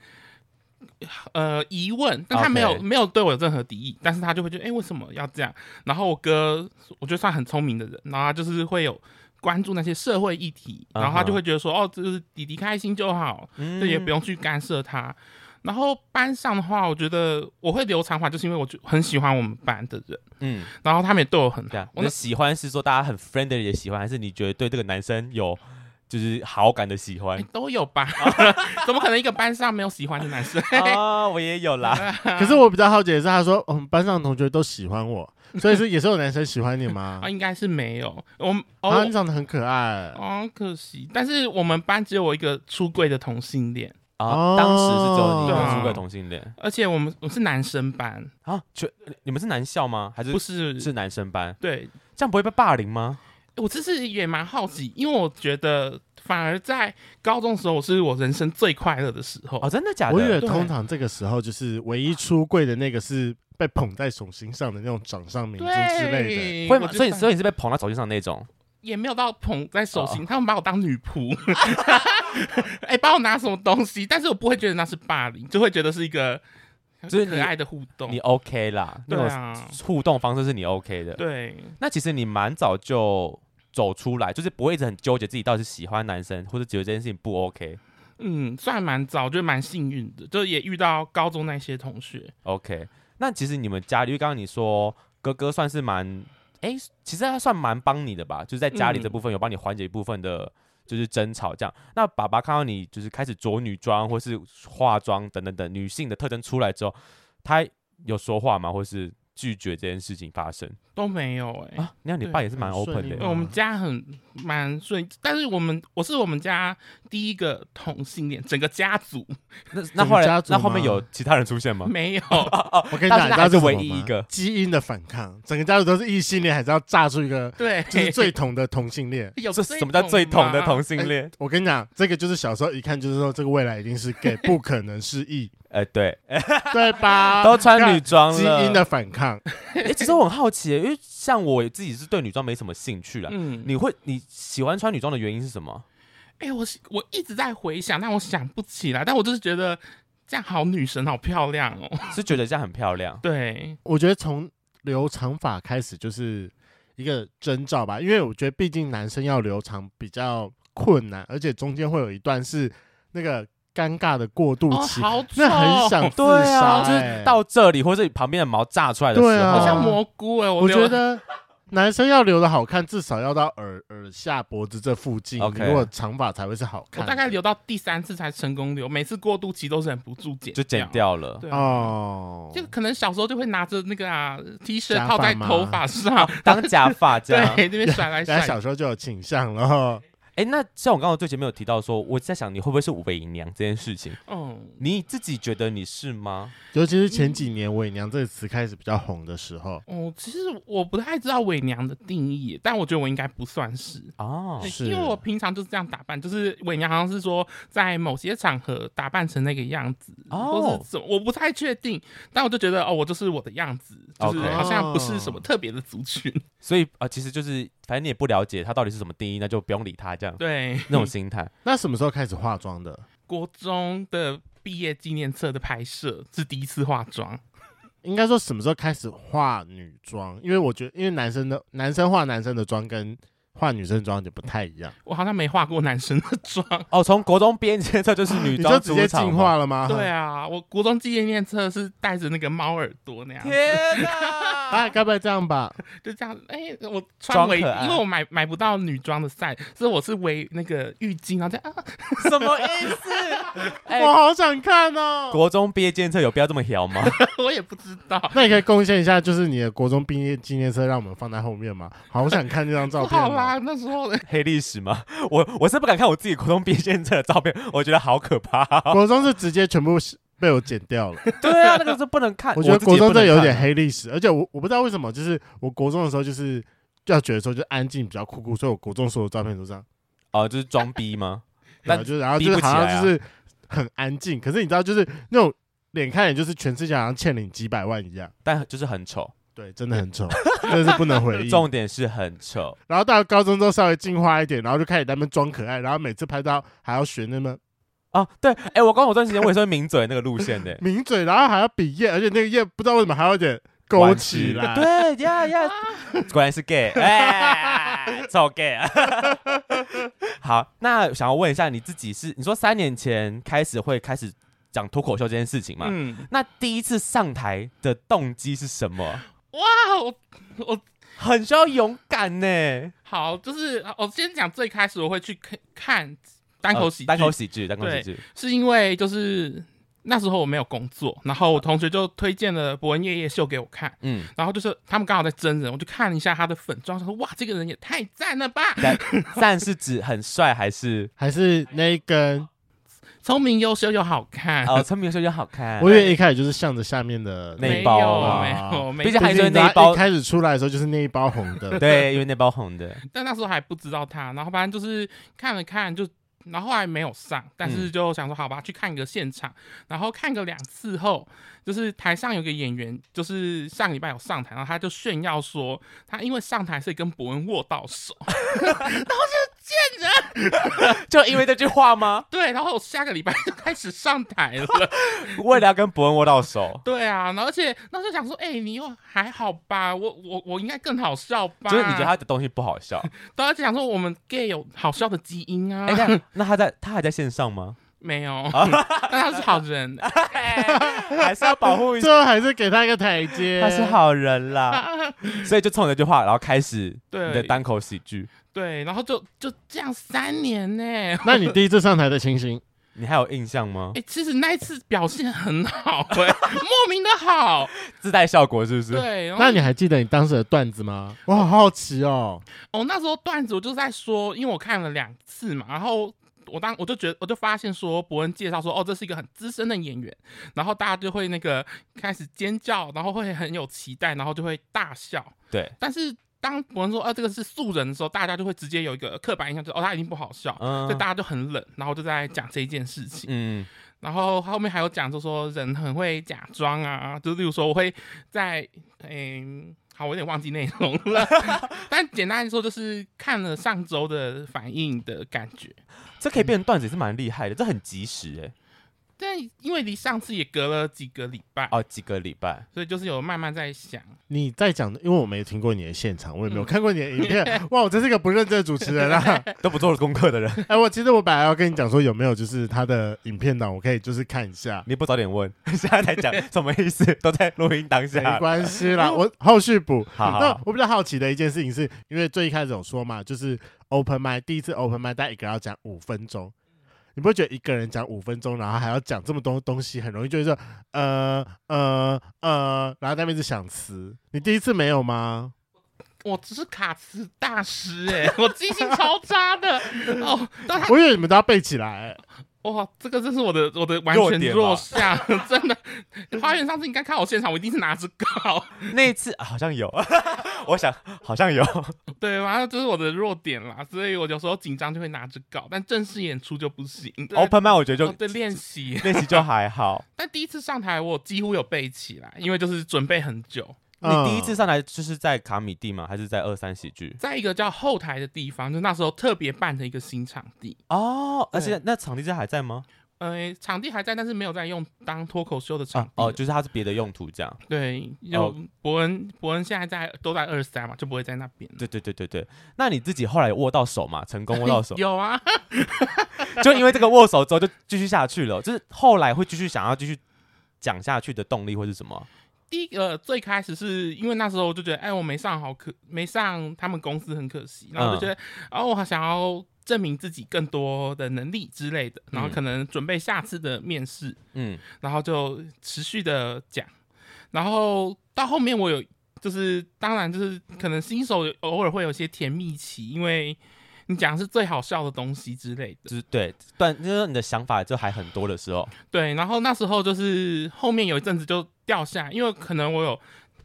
Speaker 3: 呃疑问，但他
Speaker 2: OK
Speaker 3: 没有没有对我有任何敌意，但是他就会觉得，哎、为什么要这样？然后我哥，我觉得算很聪明的人，然后他就是会有关注那些社会议题，
Speaker 2: 嗯哼
Speaker 3: 然后他就会觉得说，哦，这就是弟弟开心就好，
Speaker 2: 嗯
Speaker 3: 这也不用去干涉他。然后班上的话，我觉得我会留长发，就是因为我就很喜欢我们班的人，
Speaker 2: 嗯，
Speaker 3: 然后 他们也对我很
Speaker 2: 对
Speaker 3: 好
Speaker 2: 啊。。你
Speaker 3: 我那
Speaker 2: 的喜欢是说大家很 friendly 的喜欢，还是你觉得对这个男生有就是好感的喜欢
Speaker 3: 哎都有吧？
Speaker 2: 哦
Speaker 3: 怎么可能一个班上没有喜欢的男生？
Speaker 2: 啊、我也有 啦，
Speaker 1: 可是我比较好奇的是，他说我们班上的同学都喜欢 我，所以说也是有男生喜欢你吗
Speaker 3: 啊，？
Speaker 2: 哎
Speaker 3: 应该是没有。我 们
Speaker 1: 啊，
Speaker 3: 哦
Speaker 1: 你长得很可爱。
Speaker 3: 哦，可惜，但是我们班只有我一个出柜的同性恋，
Speaker 2: 啊，当时是只有你
Speaker 3: 对
Speaker 2: 跟
Speaker 3: 啊
Speaker 2: 出柜同性恋
Speaker 3: 而且我们我是男生班，
Speaker 2: 啊？全你们是男校吗？还是
Speaker 3: 不是
Speaker 2: 是男生班？
Speaker 3: 对。
Speaker 2: 这样不会被霸凌吗？
Speaker 3: 我其实也蛮好奇，因为我觉得反而在高中的时候，我是我人生最快乐的时候。
Speaker 2: 哦，真的假的？
Speaker 1: 我以为
Speaker 3: 对
Speaker 1: 通常这个时候就是唯一出柜的那个是被捧在手心上的那种掌上明珠之类的。
Speaker 3: 对，
Speaker 2: 会
Speaker 3: 我
Speaker 2: 吗？
Speaker 3: 就
Speaker 2: 所以
Speaker 3: 算
Speaker 2: 所以你是被捧到手心上那种？
Speaker 3: 也没有到捧在手
Speaker 2: 哦
Speaker 3: 心，他们把我当女仆， 哎、帮我拿什么东西，但是我不会觉得那是霸凌，就会觉得是一个
Speaker 2: 就是
Speaker 3: 可
Speaker 2: 你
Speaker 3: 爱的互动。
Speaker 2: 你 OK 啦，那
Speaker 3: 对
Speaker 2: 种
Speaker 3: 啊，
Speaker 2: 互动方式是你 OK 的。
Speaker 3: 对，
Speaker 2: 那其实你蛮早就走出来，就是不会一直很纠结自己到底是喜欢男生，或者觉得这件事情不 OK。
Speaker 3: 嗯，算蛮早，就蛮幸运的，就也遇到高中那些同学，
Speaker 2: OK，那其实你们家里，因为刚刚你说哥哥算是蛮，哎、其实他算蛮帮你的吧，就是在家里这
Speaker 3: 嗯
Speaker 2: 部分有帮你缓解一部分的，就是争吵这样。那爸爸看到你就是开始着女装或是化妆等等等女性的特征出来之后，他有说话吗？或是拒绝这件事情发生
Speaker 3: 都没有哎、
Speaker 2: 啊？那你
Speaker 1: 对
Speaker 2: 爸也是蛮
Speaker 1: 很顺
Speaker 2: open 的
Speaker 1: 利
Speaker 2: 耶
Speaker 1: 嘛
Speaker 3: 我们家很蛮顺，但是我们我是我们家第一个同性恋，整个家族
Speaker 2: 那
Speaker 1: 整
Speaker 2: 那
Speaker 1: 个
Speaker 2: 后
Speaker 1: 家
Speaker 2: 来
Speaker 1: 族
Speaker 2: 那后面
Speaker 1: 吗
Speaker 2: 有其他人出现吗？
Speaker 3: 没有，
Speaker 2: 啊
Speaker 1: 我跟你讲，
Speaker 2: 哦
Speaker 1: 你知
Speaker 2: 但是他
Speaker 1: 道
Speaker 2: 还是
Speaker 1: 什么
Speaker 2: 唯一
Speaker 1: 吗
Speaker 2: 一个
Speaker 1: 基因的反抗，整个家族都是异性恋，还是要炸出一个
Speaker 3: 对，。
Speaker 1: 就是 最统的同性恋
Speaker 3: 有
Speaker 2: 这什么叫最
Speaker 3: 痛
Speaker 2: 同的同性恋？
Speaker 1: 我跟你讲，这个就是小时候一看就是说这个未来一定是 gay，不可能是异，
Speaker 2: 呃，对，
Speaker 1: 对吧？
Speaker 2: 都穿女
Speaker 1: 啊你
Speaker 2: 装
Speaker 1: 看基
Speaker 2: 了
Speaker 1: 因的反抗，
Speaker 2: 哎、其实我很好奇耶，因为像我自己是对女装没什么兴趣啦。
Speaker 3: 嗯，
Speaker 2: 你会你喜欢穿女装的原因是什么？
Speaker 3: 哎、我是我一直在回想，但我想不起来。但我就是觉得这样好女神，好漂亮哦。
Speaker 2: 是觉得这样很漂亮
Speaker 3: 对，
Speaker 1: 我觉得从留长发开始就是一个征兆吧，因为我觉得毕竟男生要留长比较困难，而且中间会有一段是那个尴尬的过渡
Speaker 3: 哦，
Speaker 1: 期，
Speaker 3: 好丑，
Speaker 1: 那
Speaker 3: 啊
Speaker 1: 很想自杀、
Speaker 2: 哦啊就
Speaker 1: 欸
Speaker 2: 是到这里或者旁边的毛炸出来的时候，
Speaker 1: 对啊
Speaker 3: 好像蘑菇哎、我
Speaker 1: 我
Speaker 3: 留
Speaker 1: 觉得男生要留的好看，至少要到耳耳下脖子这附近
Speaker 2: OK
Speaker 1: 你如果长发才会是好看的。
Speaker 3: 我大概留到第三次才成功留，每次过渡期都忍不住剪，
Speaker 2: 就剪。掉了。
Speaker 3: 对哦。
Speaker 1: 哦，
Speaker 3: 就可能小时候就会拿着那个啊 T 恤
Speaker 1: 假发
Speaker 3: 套在
Speaker 1: 吗哦
Speaker 3: 头发上，
Speaker 2: 当假发这
Speaker 3: 对
Speaker 2: 样，
Speaker 3: 那边甩 来
Speaker 1: 人家
Speaker 3: 甩
Speaker 1: 小时候就有倾向了哦。
Speaker 2: 哎、那像我刚刚最前面有提到说，我在想你会不会是伪娘这件事情，
Speaker 3: 嗯，
Speaker 2: 你自己觉得你是吗？
Speaker 1: 尤其是前几年“伪娘”这个词开始比较红的时候，
Speaker 3: 哦，其实我不太知道伪娘的定义，但我觉得我应该不算是。
Speaker 2: 哦
Speaker 3: 对，
Speaker 1: 是
Speaker 3: 因为我平常就是这样打扮，就是伪娘好像是说在某些场合打扮成那个样子，或
Speaker 2: 哦
Speaker 3: 是，什么，我不太确定，但我就觉得哦，我就是我的样子，就是
Speaker 2: OK
Speaker 3: 好像不是什么特别的族群，
Speaker 2: 所以啊、呃其实就是反正你也不了解他到底是什么定义，那就不用理他这样
Speaker 3: 对，
Speaker 2: 那种心态。
Speaker 1: 那什么时候开始化妆的？
Speaker 3: 国中的毕业纪念册的拍摄是第一次化妆，
Speaker 1: 应该说什么时候开始化女装？因为我觉得，因为男生的男生化男生的妆跟化女生妆就不太一样，
Speaker 3: 我好像没化过男生的妆，
Speaker 2: 哦，从国中编辑这就是女
Speaker 1: 你就
Speaker 2: 装
Speaker 1: 直
Speaker 2: 主
Speaker 1: 接
Speaker 2: 场
Speaker 1: 进
Speaker 2: 吗
Speaker 1: 化了吗？
Speaker 3: 对啊，我国中纪念册是戴着那个猫耳朵那样，
Speaker 2: 天
Speaker 1: 啊，
Speaker 2: 哪！
Speaker 1: 该不会这样吧？
Speaker 3: 就这样，哎、我
Speaker 2: 装
Speaker 3: 穿围，
Speaker 2: 可爱
Speaker 3: 因为我买买不到女装的 size，所以我是围那个浴巾，然后这样啊。
Speaker 2: 什么意思？ 哎、
Speaker 1: 我好想看哦。
Speaker 2: 国中毕业监测有必要这么摇吗？
Speaker 3: 我也不知道，
Speaker 1: 那你可以贡献一下，就是你的国中毕业纪念册，让我们放在后面吗？好想看这张照
Speaker 3: 不
Speaker 1: 片
Speaker 3: 好
Speaker 1: 哦。
Speaker 3: 啦，那时候
Speaker 2: 黑历史吗？我我是不敢看我自己国中毕业监测的照片，我觉得好 可怕、
Speaker 1: 国中是直接全部是被我剪 掉了。
Speaker 2: 对啊，那个是不能看。
Speaker 1: 我觉得
Speaker 2: 自己也
Speaker 1: 国
Speaker 2: 不
Speaker 1: 中这
Speaker 2: 能
Speaker 1: 有
Speaker 2: 看
Speaker 1: 点黑历史，而且我我不知道为什么，就是我国中的时候就是要觉得说就是安静比较酷酷，所以我国中所有照片都这样，
Speaker 2: 哦、就是装逼吗？
Speaker 1: 然
Speaker 2: 但
Speaker 1: 后就是然后
Speaker 2: 逼
Speaker 1: 就是
Speaker 2: 不起
Speaker 1: 好
Speaker 2: 来
Speaker 1: 像
Speaker 2: 啊
Speaker 1: 就是很安静，可是你知道就是那种脸看脸就是全世界好像欠领几百万一样，
Speaker 2: 但就是很丑，
Speaker 1: 对，真的很 丑，真的是不能回忆。
Speaker 2: 重点是很丑。
Speaker 1: 然后到了高中之后稍微进化一点，然后就开始在那边装可爱，然后每次拍照还要学那么。
Speaker 2: 哦，对，哎、我刚我段时间我也是会抿嘴那个路线的
Speaker 1: 抿嘴，然后还要比耶，而且那个耶不知道为什么还有点勾
Speaker 2: 弯
Speaker 1: 起
Speaker 2: 曲
Speaker 1: 来，
Speaker 2: 对呀呀， 果然是 gay，哎，臭 gay。好，那想要问一下你自己是，你说三年前开始会开始讲脱口秀这件事情嘛？
Speaker 3: 嗯，
Speaker 2: 那第一次上台的动机是什么？
Speaker 3: 哇，我我
Speaker 2: 很需要勇敢呢、
Speaker 3: 好，就是我先讲最开始我会去看看单口
Speaker 2: 呃
Speaker 3: 喜剧、
Speaker 2: 单口喜剧，单口喜
Speaker 3: 对
Speaker 2: 剧，
Speaker 3: 是因为就是那时候我没有工作，然后我同学就推荐了《伯恩夜夜秀》给我看，
Speaker 2: 嗯，
Speaker 3: 然后就是他们刚好在真人，我就看了一下他的粉妆，想说哇，这个人也太赞了吧，
Speaker 2: 但但是指很帅还 是
Speaker 1: 还是那一根？
Speaker 3: 聪明优秀又好看。
Speaker 2: 哦，聪明的时候就好看，
Speaker 1: 我以为一开始就是向着下面的
Speaker 2: 那
Speaker 3: 没
Speaker 2: 一包
Speaker 3: 有，
Speaker 2: 啊
Speaker 3: 没有，没
Speaker 2: 毕竟
Speaker 3: 有，
Speaker 2: 还是
Speaker 1: 是
Speaker 2: 那一包
Speaker 1: 开始出来的时候就是那一包红的，
Speaker 2: 对，因为那包红的，
Speaker 3: 但那时候还不知道他，然后反正就是看了看就。然后后来没有上，但是
Speaker 2: 嗯
Speaker 3: 就想说好吧，去看个现场。然后看个两次后，就是台上有个演员，就是上礼拜有上台，然后他就炫耀说他因为上台所以跟伯恩握到手。
Speaker 2: 就因为这句话吗？
Speaker 3: 对，然后我下个礼拜就开始上台了。
Speaker 2: 为了要跟伯恩握到 手，
Speaker 3: 对啊，然后而且那时候想说，哎、你又还好吧？我我我应该更好笑吧？
Speaker 2: 就是你觉得他的东西不好笑，
Speaker 3: 对，而且想说我们 gay 有好笑的基因啊。
Speaker 2: 哎，那 那他在他还在线上吗？
Speaker 3: 没有，但他是好人。
Speaker 2: 还是要保护一下，
Speaker 1: 最后还是给他一个台阶。
Speaker 2: 他是好人啦， 所以就冲着这句话，然后开始
Speaker 3: 对
Speaker 2: 你的单口喜剧，
Speaker 3: 对，然后就就这样三 年呢、
Speaker 1: 那你第一次上台的情形，
Speaker 2: 你还有印象吗
Speaker 3: 哎、？其实那一次表现很好、 哎，莫名的好。
Speaker 2: 自带效果是不是？
Speaker 3: 对，然后
Speaker 1: 那你还记得你当时的段子吗？我好好奇哦。
Speaker 3: 哦，那时候段子我就在说，因为我看了两次嘛，然后我当我就觉得我就发现说，伯恩介绍说，哦，这是一个很资深的演员，然后大家就会那个开始尖叫，然后会很有期待，然后就会大笑。
Speaker 2: 对，
Speaker 3: 但是当伯恩说，呃，这个是素人的时候，大家就会直接有一个刻板印象，就是哦，他一定不好笑，
Speaker 2: 嗯
Speaker 3: 所以大家就很冷，然后就在讲这一件事情。
Speaker 2: 嗯，
Speaker 3: 然后后面还有讲，就说人很会假装啊，就例如说我会在，嗯、好，我有点忘记内容 了，但简单来说就是看了上周的反应的感觉。
Speaker 2: 这可以变成段子也是蛮厉害的，这很及时哎、
Speaker 3: 但因为离上次也隔了几个礼拜，
Speaker 2: 哦，几个礼拜，
Speaker 3: 所以就是有慢慢在想，
Speaker 1: 你在讲的，因为我没听过你的现场，我也没
Speaker 3: 嗯
Speaker 1: 有看过你的影 片。哇，我真是个不认真的主持人啊！
Speaker 2: 都不做功课的 人，
Speaker 1: 哎，我其实我本来要跟你讲说有没有就是他的影片档，我可以就是看一 下。
Speaker 2: 你不早点问，现在才讲什么意思？都在录音当
Speaker 1: 没
Speaker 2: 下，
Speaker 1: 关系啦，我后续补。
Speaker 2: 好好
Speaker 1: 那
Speaker 2: 好
Speaker 1: 我比较好奇的一件事情是，因为最一开始有说嘛，就是 open m i 第一次 open m i 大家一个人要讲五分钟，你不会觉得一个人讲五分钟，然后还要讲这么多东西，很容易就是说呃呃呃，然后在那边一直想词。你第一次没有吗？
Speaker 3: 我只是卡词大师哎、 我记性超渣的哦。但他
Speaker 1: 我以为你们都要背起来、
Speaker 3: 哇，这个真是我的我的完
Speaker 2: 弱
Speaker 3: 全
Speaker 2: 点吧
Speaker 3: 弱项，真的。花园上次你应该看我现场，我一定是拿着稿。
Speaker 2: 那一次、啊好像有， 我想好像有，
Speaker 3: 对，然后这是我的弱点啦，所以我有时候紧张就会拿着稿，但正式演出就不行。
Speaker 2: open m i 我觉得
Speaker 3: 就
Speaker 2: 就
Speaker 3: 对练习，
Speaker 2: 练习就还好。
Speaker 3: 但第一次上台我几乎有背起来，因为就是准备很久。
Speaker 1: 嗯
Speaker 2: 你第一次上来就是在卡米蒂吗？还是在二三喜剧？
Speaker 3: 在一个叫后台的地方，就那时候特别办的一个新场地，
Speaker 2: 哦，而
Speaker 3: 对
Speaker 2: 且那场地现在还在吗？
Speaker 3: 呃，场地还在，但是没有在用当脱口秀的场地。
Speaker 2: 哦，就是哦它是别的用途这样。
Speaker 3: 对，有伯恩，伯恩现在在都在二三嘛，就不会在那边了。，
Speaker 2: 对对对对对，那你自己后来有握到手嘛？成功握到 手
Speaker 3: 有啊，
Speaker 2: 就因为这个握手之后就继续下去了，就是后来会继续想要继续讲下去的动力会是什么？
Speaker 3: 第一个、呃最开始是因为那时候我就觉得，哎，我没上好可没上他们公司很可惜，然后我就觉得，哦，我好想要证明自己更多的能力之类的，然后可能准备下次的面试，
Speaker 2: 嗯，
Speaker 3: 然后就持续的讲，然后到后面我有就是当然就是可能新手有偶尔会有些甜蜜期，因为你讲的是最好笑的东西之类的，
Speaker 2: 就是对，但就是你的想法就还很多的时候，
Speaker 3: 对，然后那时候就是后面有一阵子就掉下，因为可能我有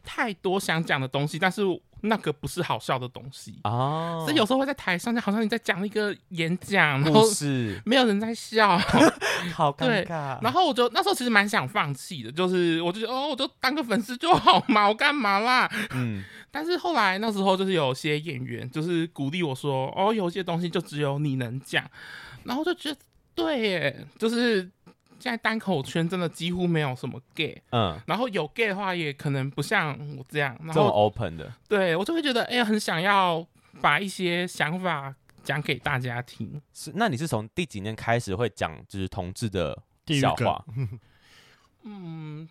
Speaker 3: 太多想讲的东西，但是那个不是好笑的东西，
Speaker 2: 哦，
Speaker 3: 所以有时候会在台上，就好像你在讲一个演讲，然后
Speaker 2: 故事，
Speaker 3: 没有人在笑，
Speaker 2: 好尴
Speaker 3: 对
Speaker 2: 尬。
Speaker 3: 然后我就那时候其实蛮想放弃的，就是我就觉得哦，我就当个粉丝就好嘛，我干嘛啦？
Speaker 2: 嗯，
Speaker 3: 但是后来那时候就是有些演员就是鼓励我说，哦，有些东西就只有你能讲，然后我就觉得对耶，就是现在单口圈真的几乎没有什么 gay，
Speaker 2: 嗯，
Speaker 3: 然后有 gay 的话也可能不像我这样，然
Speaker 2: 这么
Speaker 3: 后
Speaker 2: open 的，
Speaker 3: 对我就会觉得哎、很想要把一些想法讲给大家听。
Speaker 2: 是那你是从第几年开始会讲就是同志的
Speaker 1: 地狱
Speaker 2: 笑
Speaker 1: 梗
Speaker 2: 话？
Speaker 3: 嗯，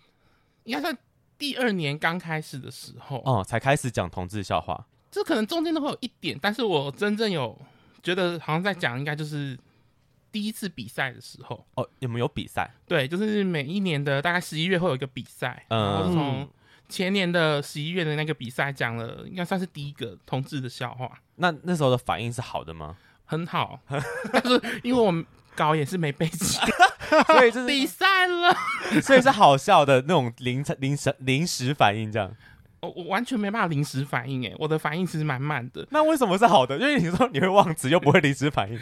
Speaker 3: 应该算第二年刚开始的时候，
Speaker 2: 哦，才开始讲同志笑话。
Speaker 3: 这可能中间都会有一点，但是我真正有觉得好像在讲，应该就是第一次比赛的时候。
Speaker 2: 哦，你们有比赛？
Speaker 3: 对，就是每一年的大概十一月会有一个比赛，
Speaker 2: 嗯
Speaker 3: 然后从前年的十一月的那个比赛讲了，应该算是第一个同志的笑话，
Speaker 2: 那那时候的反应是好的吗？
Speaker 3: 很好。 但是因为我稿也是没背 起，
Speaker 2: 所以 就
Speaker 3: 比
Speaker 2: 是，
Speaker 3: 赛了，
Speaker 2: 所以是好笑的那种临临时临时反应这样。
Speaker 3: 我我完全没办法临时反应，哎，我的反应其实蛮慢的，
Speaker 2: 那为什么是好的？因为你说你会忘词，又不会临时反应。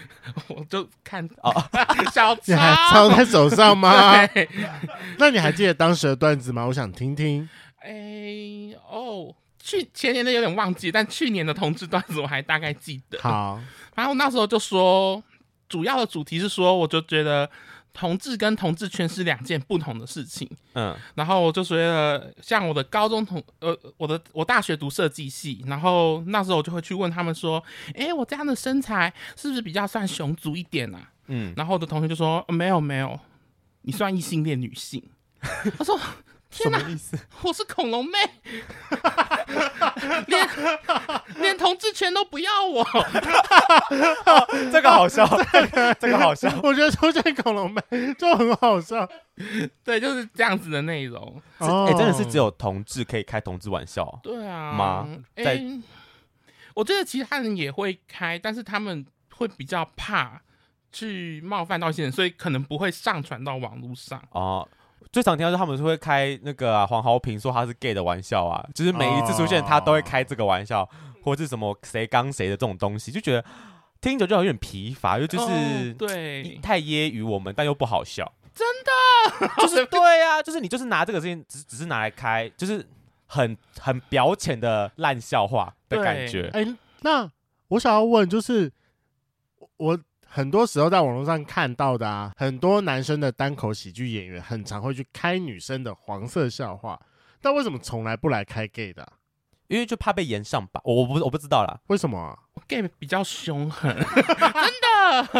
Speaker 3: 我就看
Speaker 2: 哦
Speaker 3: 小
Speaker 1: 你还
Speaker 3: 超
Speaker 1: 抄在手上吗？
Speaker 3: 对
Speaker 1: 那你还记得当时的段子吗？我想听听。
Speaker 3: 哎、哦，去前年的有点忘记，但去年的同志段子我还大概记得。
Speaker 1: 好，
Speaker 3: 然后那时候就说，主要的主题是说，我就觉得同志跟同志圈是两件不同的事情。
Speaker 2: 嗯
Speaker 3: 然后我就觉得，像我的高中同，呃，我的我大学读设计系，然后那时候我就会去问他们说，哎、我这样的身材是不是比较算雄族一点啊？
Speaker 2: 嗯，
Speaker 3: 然后我的同学就说，呃没有没有，你算异性恋女性。 我说。
Speaker 2: 什
Speaker 3: 天哪
Speaker 2: 么，意思？
Speaker 3: 我是恐龙妹， 连连同志权都不要我，
Speaker 2: 这个好笑， 这 个好笑。
Speaker 1: 我觉得出现恐龙 妹就很好笑。
Speaker 3: 对，就是这样子的内容。
Speaker 2: 哎、欸真的是只有同志可以开同志玩笑哦。
Speaker 3: 对啊，
Speaker 2: 吗
Speaker 3: 诶
Speaker 2: 在
Speaker 3: 我觉得其他人也会开，但是他们会比较怕去冒犯到一些人，所以可能不会上传到网络上。
Speaker 2: 哦，最常听到是他们是会开那个啊、黄豪平说他是 gay 的玩笑啊，就是每一次出现他都会开这个玩笑，或是什么谁刚谁的这种东西，就觉得听着就有点疲乏，又就
Speaker 3: 哦
Speaker 2: 是、
Speaker 3: 对，
Speaker 2: 太揶揄我们，但又不好笑。真的， 就是对啊，就是你就是拿这个事情只只是拿来开，就是很很表浅的烂笑话的感觉。
Speaker 1: 哎、那我想要问，就是我我很多时候在网络上看到的啊，很多男生的单口喜剧演员很常会去开女生的黄色笑话，但为什么从来不来开 gay 的啊、
Speaker 2: 因为就怕被延上吧，我我不我不知道 啦，
Speaker 1: 为什么啊、
Speaker 3: 我 gay 比较凶狠。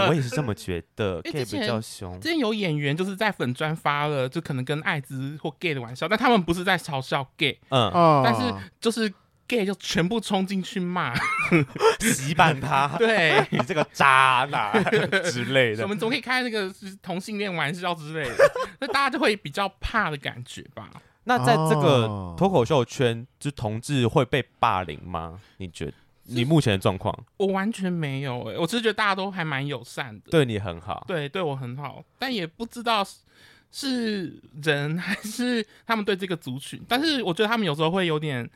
Speaker 2: 我也是这么觉得
Speaker 3: 哎
Speaker 2: ，gay
Speaker 3: 之前
Speaker 2: 比较凶
Speaker 3: 之前有演员就是在粉专发了，就可能跟艾滋或 gay 的玩笑，但他们不是在嘲笑 gay，
Speaker 2: 嗯，
Speaker 1: 哦，
Speaker 3: 但是就是 gay 就全部冲进去骂，
Speaker 2: 洗版他，。
Speaker 3: 对
Speaker 2: 你这个渣男之类
Speaker 3: 我
Speaker 2: 的。
Speaker 3: 们总可以开那个就是同性恋玩笑之类的，那大家就会比较怕的感觉吧。
Speaker 2: 那在这个
Speaker 1: 哦
Speaker 2: 脱口秀圈，就同志会被霸凌吗？你觉得？你目前的状况
Speaker 3: 我完全没有诶、我只是觉得大家都还蛮友善的，
Speaker 2: 对你很好，
Speaker 3: 对对我很好，但也不知道是是人还是他们对这个族群，但是我觉得他们有时候会有点。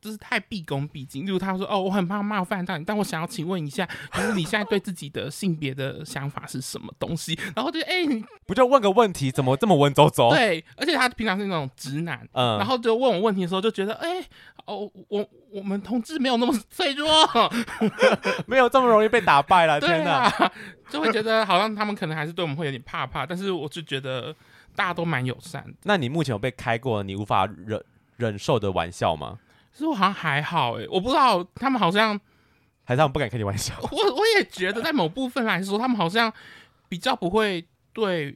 Speaker 3: 就是太毕恭毕敬，例如他说：“哦，我很怕冒犯到你，但我想要请问一下，就是你现在对自己的性别的想法是什么东西？”然后就哎、你
Speaker 2: 不就问个问题，怎么这么文绉绉？
Speaker 3: 对，而且他平常是那种直男，
Speaker 2: 哦嗯，
Speaker 3: 然后就问我问题的时候就觉得，哎、哦，我我们同志没有那么脆弱，
Speaker 2: 没有这么容易被打败了，
Speaker 3: 对
Speaker 2: 天哪！
Speaker 3: 啊， 就会觉得好像他们可能还是对我们会有点怕怕，但是我就觉得大家都蛮友善的，
Speaker 2: 那你目前有被开过你无法忍忍受的玩笑吗？
Speaker 3: 其实我好像还好哎、我不知道他们好像，
Speaker 2: 还是他们不敢开你玩笑？
Speaker 3: 我我也觉得在某部分来说，他们好像比较不会对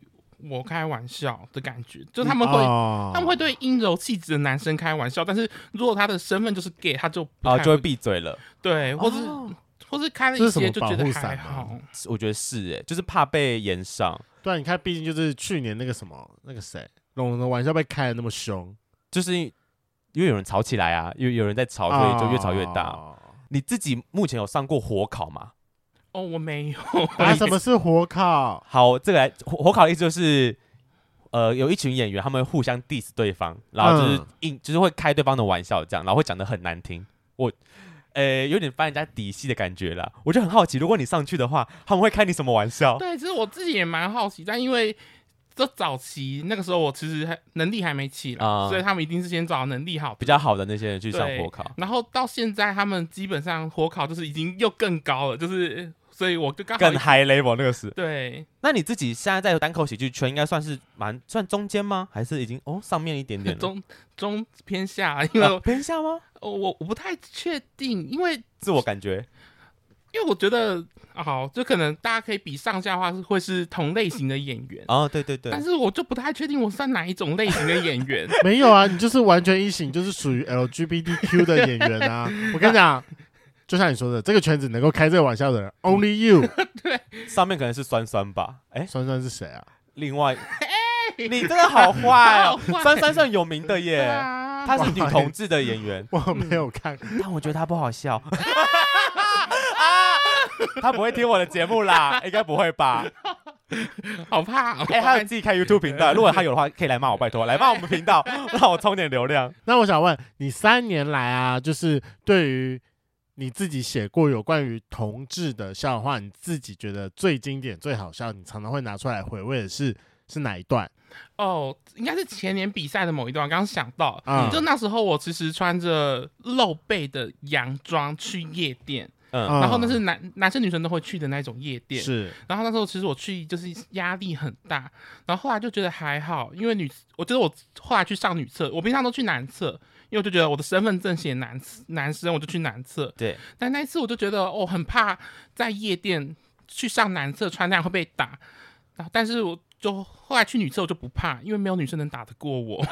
Speaker 3: 我开玩笑的感觉，就他们会。
Speaker 1: 哦
Speaker 3: 他们会对阴柔气质的男生开玩笑，但是如果他的身份就是 gay，他就不
Speaker 2: 啊，
Speaker 1: 哦
Speaker 3: 太
Speaker 2: 就会闭嘴了。
Speaker 3: 对，或是、
Speaker 2: 哦
Speaker 3: 或是开了
Speaker 1: 这
Speaker 3: 一
Speaker 1: 是什
Speaker 3: 些
Speaker 1: 么
Speaker 3: 就觉
Speaker 1: 保护
Speaker 3: 得还
Speaker 1: 伞吗啊
Speaker 3: 好。
Speaker 2: 我觉得是哎，就是怕被延上，
Speaker 1: 对啊，你看，毕竟就是去年那个什么那个谁，龙龙的玩笑被开的那么凶，
Speaker 2: 就是因为有人吵起来啊，因为有人在吵，所以就越吵越大。
Speaker 1: 哦
Speaker 2: 你自己目前有上过火烤吗？
Speaker 3: 哦，我没有，
Speaker 1: 啊，什么是火烤？
Speaker 2: 好，这个来火火烤的意思就是，呃，有一群演员他们互相 diss 对方，然后就是
Speaker 1: 嗯
Speaker 2: 硬、就是会开对方的玩笑，这样，然后会讲的很难听。我，呃，有点翻人家底细的感觉啦。我就很好奇，如果你上去的话，他们会开你什么玩笑？
Speaker 3: 对，其实我自己也蛮好奇，但因为这早期那个时候我其实还能力还没起来，
Speaker 2: 啊
Speaker 3: 所以他们一定是先找能力好
Speaker 2: 比
Speaker 3: 的。
Speaker 2: 较好的那些人去上
Speaker 3: 对
Speaker 2: 火烤，
Speaker 3: 然后到现在，他们基本上火烤就是已经又更高了，就是所以我就刚好
Speaker 2: 更 high level 那个是。
Speaker 3: 对，
Speaker 2: 那你自己现在在单口喜剧圈应该算是蛮算中间吗？还是已经哦上面一点点了？啊
Speaker 3: 中中偏下，因为
Speaker 2: 啊偏下吗？
Speaker 3: 我我不太确定，因为
Speaker 2: 自我感觉
Speaker 3: 因为我觉得啊好，就可能大家可以比上下的话是会是同类型的演员，
Speaker 2: 哦，对对对
Speaker 3: 但，是我就不太确定我算哪一种类型的演 员。
Speaker 1: 没有啊，你就是完全一醒，就是属于 LGBTQ 的演员 啊！我跟你讲，就像你说的，这个圈子能够开这个玩笑的人，Only you。
Speaker 2: 上面可能是酸酸吧？哎，
Speaker 1: 酸酸是谁 啊？
Speaker 2: 另外，你真的好坏哦
Speaker 3: 哎好，坏
Speaker 2: 酸酸算有名的
Speaker 3: 对
Speaker 2: 耶，
Speaker 3: 啊，
Speaker 2: 她是女同志的演 员，
Speaker 1: 我没有看，
Speaker 2: 但我觉得她不好笑。啊，
Speaker 3: 啊
Speaker 2: 她不会听我的节目 啦，应该不会吧？
Speaker 3: 好怕、哦。
Speaker 2: 哎，她有自己开 YouTube 频道，如果她有的话，可以来骂我，拜托，来骂我 们频道，让我充点流量。
Speaker 1: 那我想问你，三年来啊，就是对于你自己写过有关于同志的笑话，你自己觉得最经典、最好笑，你常常会拿出来回味的是是哪一段？
Speaker 3: 哦，应该是前年比赛的某一段，我刚刚想到，
Speaker 1: 嗯
Speaker 3: 就那时候我其实穿着露背的洋装去夜店，
Speaker 2: 嗯
Speaker 1: 嗯
Speaker 3: 然后那是男男生女生都会去的那种夜店。
Speaker 1: 是
Speaker 3: 然后那时候其实我去就是压力很大，然后后来就觉得还好，因为女我觉得我后来去上女厕，我平常都去男厕，因为我就觉得我的身份证写男男生，我就去男厕。
Speaker 2: 对，
Speaker 3: 但那一次我就觉得我、哦、很怕在夜店去上男厕穿那样会被打，然后但是我就后来去女厕我就不怕，因为没有女生能打得过我。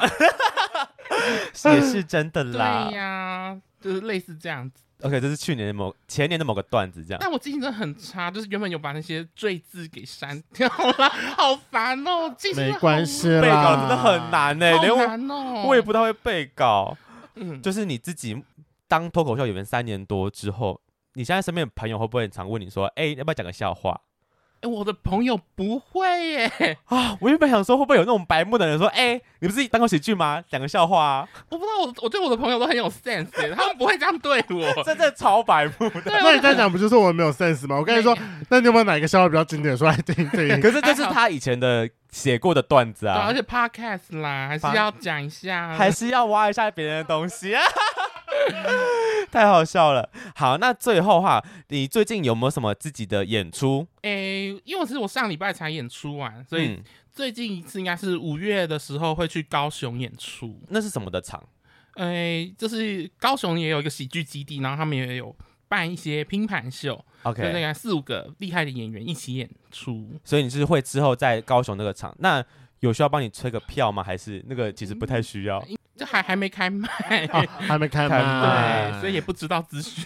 Speaker 2: 也是真的
Speaker 3: 啊对
Speaker 2: 啦。
Speaker 3: 呀、就是类似这样子。
Speaker 2: OK，这是去年的某前年的某个段子，这样。
Speaker 3: 但我记性真的很差，就是原本有把那些赘字给删掉了，好烦哦，记性
Speaker 1: 没
Speaker 3: 好
Speaker 1: 关系 啦，
Speaker 2: 背稿真的很难呢、欸
Speaker 3: 好
Speaker 2: 连我
Speaker 3: 难哦，
Speaker 2: 我也不太会背稿。
Speaker 3: 嗯，
Speaker 2: 就是你自己当脱口秀演员三年多之后，你现在身边的朋友会不会很常问你说：“哎、要不要讲个笑话
Speaker 3: 哎我的朋友不会耶，？”
Speaker 2: 啊，我原本想说会不会有那种白目的人说：“哎、你不是当过喜剧 吗？讲个笑话啊
Speaker 3: 我不知道我我对我的朋友都很有 sense，耶他们不会这样对我！”。
Speaker 2: 真的超白 目的。
Speaker 3: 对
Speaker 1: 那你在讲不就是我没有 sense 吗？我跟你 说，那你有没有哪一个笑话比较经典？说来听一听。
Speaker 2: 可是这是他以前的写过的段子
Speaker 3: 对，而啊
Speaker 2: 啊，
Speaker 3: 且 podcast 啦，还是
Speaker 2: Pod-
Speaker 3: 要讲一下。
Speaker 2: 还是要挖一下别人的东西 啊。太好笑了。好，那最后哈，你最近有没有什么自己的演出？
Speaker 3: 诶、因为我是我上礼拜才演出完，所以
Speaker 2: 嗯
Speaker 3: 最近一次应该是五月的时候会去高雄演出。
Speaker 2: 那是什么的场？
Speaker 3: 诶、就是高雄也有一个喜剧基地，然后他们也有办一些拼盘秀，就
Speaker 2: OK，
Speaker 3: 大概四五个厉害的演员一起演出。
Speaker 2: 所以你是会之后在高雄那个场，那有需要帮你催个票吗？还是那个其实不太需要？
Speaker 3: 这还还没开卖，
Speaker 1: 哦，还没开
Speaker 2: 开
Speaker 1: 麦
Speaker 2: 麦，
Speaker 3: 对，所以也不知道资讯。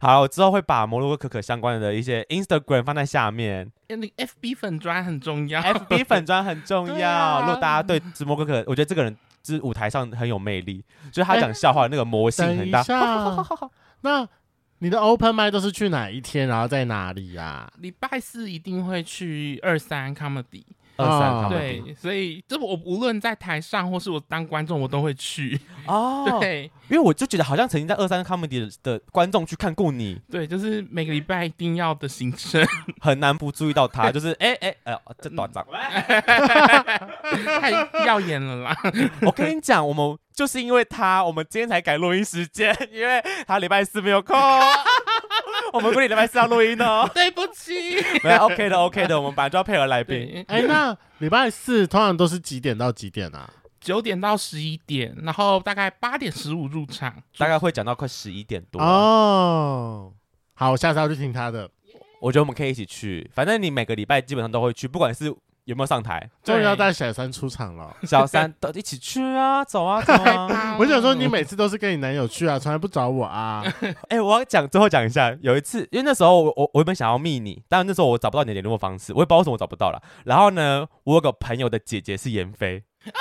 Speaker 2: 好，我之后会把摩洛哥可可相关的一些 Instagram 放在下面
Speaker 3: 诶那个 FB 粉砖很重要，
Speaker 2: ，FB 粉砖很 重
Speaker 3: 对
Speaker 2: 要。
Speaker 3: 啊
Speaker 2: 如果大家对直摩洛哥可可，我觉得这个人就是舞台上很有魅力，就是他讲笑话那个魔性
Speaker 1: 等
Speaker 2: 很
Speaker 1: 一
Speaker 2: 大。
Speaker 1: 下，那你的 open m i 都是去哪一天，然后在哪里啊 呀、
Speaker 3: 礼拜四一定会去二三 comedy，
Speaker 2: 二三
Speaker 1: 哦
Speaker 3: 哎
Speaker 2: comedy
Speaker 3: 对，所以这我无论在台上或是我当观众，我都会去。
Speaker 2: 哦，
Speaker 3: 对
Speaker 2: 因为我就觉得好像曾经在二三 comedy 的的观众去看过你，
Speaker 3: 对，就是每个礼拜一定要的行程，
Speaker 2: 很难不注意到他，就是哎哎哎，呃这短长。
Speaker 3: 太耀眼了啦。
Speaker 2: 我跟你讲，我们就是因为他，我们今天才改录音时间，因为他礼拜四没有 空。我们估计礼拜四要录音哦。
Speaker 3: 对不起，
Speaker 2: 没有 OK 的，OK 的，我们本来就要配合来宾。
Speaker 3: 对，
Speaker 1: 哎、那礼拜四通常都是几点到几点啊？
Speaker 3: 九点到十一点，然后大概八点十五入场。
Speaker 2: 大概会讲到快十一点多，
Speaker 1: 哦，好，我下次要去听他的。
Speaker 2: 我觉得我们可以一起去。反正你每个礼拜基本上都会去，不管是有没有上台，
Speaker 1: 终于要带小三出场了。
Speaker 2: 小三都一起去啊，走啊，走啊。
Speaker 1: 我想说，你每次都是跟你男友去啊，从来不找我 啊。
Speaker 2: 哎、我要讲最后讲一下，有一次，因为那时候我我我原本想要密你，但那时候我找不到你的联络方式，我也不知道为什么我找不到了。然后呢，我有个朋友的姐姐是妍飞，
Speaker 3: 哦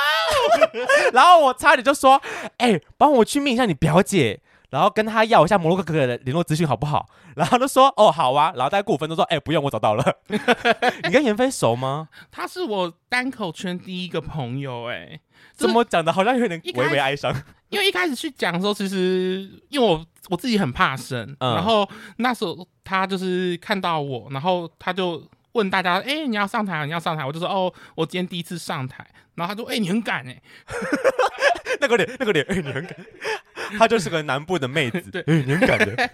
Speaker 2: 然后我差点就说，哎、帮我去密一下你表姐。然后跟她要一下摩洛哥哥的联络资讯好不好？然后她就说哦好啊，然后大概过五分钟说哎、不用我找到了。 你跟妍飞熟 吗？
Speaker 3: 他是我单口圈第一个朋友、哎，
Speaker 2: 怎么讲的好像有点
Speaker 3: 一开
Speaker 2: 微
Speaker 3: 始
Speaker 2: 微哀伤？
Speaker 3: 因为一开始去讲的时候，其实因为我我自己很怕生，
Speaker 2: 嗯
Speaker 3: 然后那时候他就是看到我，然后他就问大家：“哎、你要上台？你要上台？”我就说：“哦，我今天第一次上台。”然后他就：“哎、你很敢哎、
Speaker 2: 那个脸那个脸，哎、你很敢，她就是个南部的妹子，
Speaker 3: 对
Speaker 2: 哎、你 很敢的。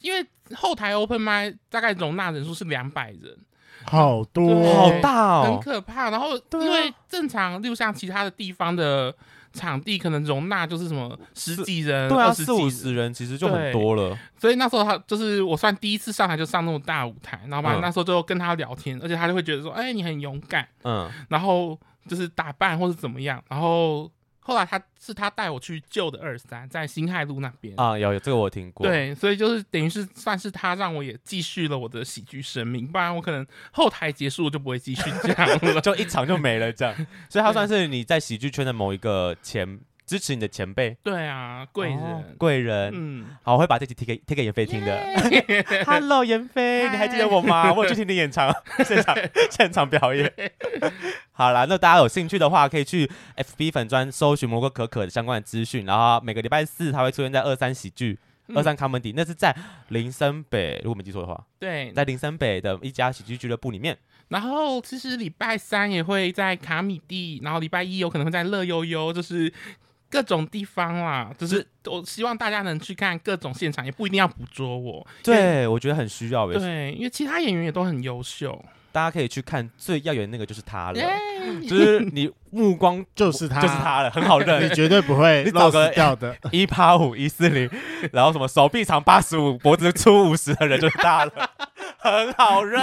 Speaker 3: 因为后台 open m i 大概容纳人数是两百人，
Speaker 1: 好
Speaker 3: 对
Speaker 1: 多，
Speaker 2: 好大
Speaker 3: 很
Speaker 2: 哦，
Speaker 3: 可怕。然后
Speaker 2: 对啊
Speaker 3: 因为正常，例如像其他的地方的场地，可能容纳就是什么十几人、
Speaker 2: 对啊，
Speaker 3: 二十
Speaker 2: 四五
Speaker 3: 几人
Speaker 2: 十人其实就很
Speaker 3: 对
Speaker 2: 多了，
Speaker 3: 所以那时候他就是我算第一次上台就上那种大舞台，然后嘛
Speaker 2: 嗯
Speaker 3: 那时候就跟他聊天，而且他就会觉得说，哎、你很勇敢，
Speaker 2: 嗯，
Speaker 3: 然后就是打扮或是怎么样，然后后来他是他带我去旧的二三，在新海路那边。
Speaker 2: 啊，有有这个我有听过，，。
Speaker 3: 对，所以就是等于是算是他让我也继续了我的喜剧生命，不然我可能后台结束我就不会继续这样了
Speaker 2: 就一场就没了这 样，所以他算是你在喜剧圈的某一个前支持你的前辈
Speaker 3: 对啊，贵人，
Speaker 2: 哦贵人，
Speaker 3: 嗯，
Speaker 2: 好，我会把这集贴给贴给妍飞听的。Hello，妍飞，
Speaker 3: 嗨
Speaker 2: 你还记得我吗？我有去听你演 唱现场现场表 演。好啦，那大家有兴趣的话，可以去 FB 粉专搜寻蘑菇可可的相关的资讯，然后每个礼拜四它会出现在二三喜剧。
Speaker 3: 嗯
Speaker 2: 二三 comedy 那是在林森北，如果没记错的话，
Speaker 3: 对。
Speaker 2: 在林森北的一家喜剧俱乐部里面。
Speaker 3: 然后其实礼拜三也会在卡米蒂，然后礼拜一有可能会在乐悠悠，就是各种地方啦。就是我希望大家能去看各种现场，也不一定要捕捉我。
Speaker 2: 对，我觉得很需要诶，
Speaker 3: 对，因为其他演员也都很优秀。
Speaker 2: 大家可以去看最耀眼那个就是他了
Speaker 3: 耶，
Speaker 2: 就是你目光
Speaker 1: 就是他，
Speaker 2: 就是，他了，很好 认
Speaker 1: 你，绝对不会
Speaker 2: 你找
Speaker 1: 漏
Speaker 2: 个
Speaker 1: 死掉的。
Speaker 2: 一八五一四零，然后什么手臂长八十五，脖子粗五十的人就是他 了，很好认。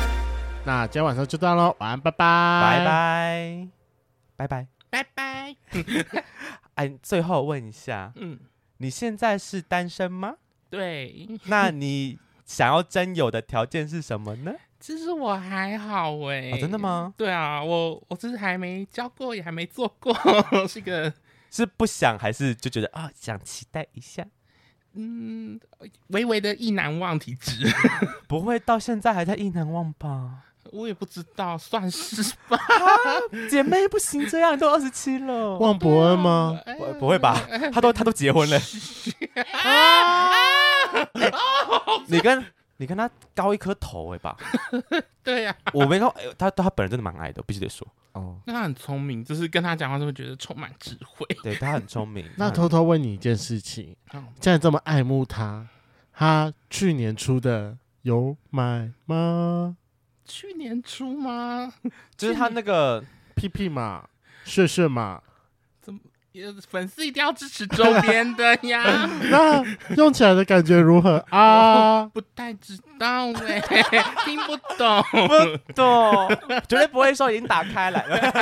Speaker 1: 那今天晚上就这样喽，晚安，拜拜，
Speaker 2: 拜。拜，拜拜。
Speaker 3: 拜拜。
Speaker 2: 哎，最后问一下，
Speaker 3: 嗯，
Speaker 2: 你现在是单身吗？
Speaker 3: 对，
Speaker 2: 那你想要真有的条件是什么呢？
Speaker 3: 其实我还好哎、
Speaker 2: 啊真的吗？
Speaker 3: 对啊，我我就是还没教过，也还没做过， 是个
Speaker 2: 是不想，还是就觉得啊、想期待一下？
Speaker 3: 嗯微微的意难忘体质，
Speaker 2: 不会到现在还在意难忘吧？
Speaker 3: 我也不知道算是吧。
Speaker 2: 姐妹不行这样，都二十七了，
Speaker 1: 旺伯恩吗？
Speaker 3: 哎
Speaker 2: 不不会吧？她都她都结婚了。哎你跟你跟她高一颗头哎、吧？
Speaker 3: 对呀、
Speaker 2: 我没看过，哎她她本人真的蛮矮的，必须得说，
Speaker 1: 哦，
Speaker 3: 那他很聪明，就是跟他讲话就会觉得充满智慧。
Speaker 2: 对她很聪明。
Speaker 1: 那
Speaker 2: 她
Speaker 1: 偷偷问你一件事情，
Speaker 3: 嗯
Speaker 1: 既然这么爱慕他，他去年出的有买吗？
Speaker 3: 去年初吗？
Speaker 2: 就是她那个
Speaker 1: 屁屁嘛，血血嘛，
Speaker 3: 也粉丝一定要支持周边的呀。
Speaker 1: 那用起来的感觉如何 啊？
Speaker 3: 不太知道哎、 听不懂。
Speaker 2: 不懂，绝对不会说已经打开来了。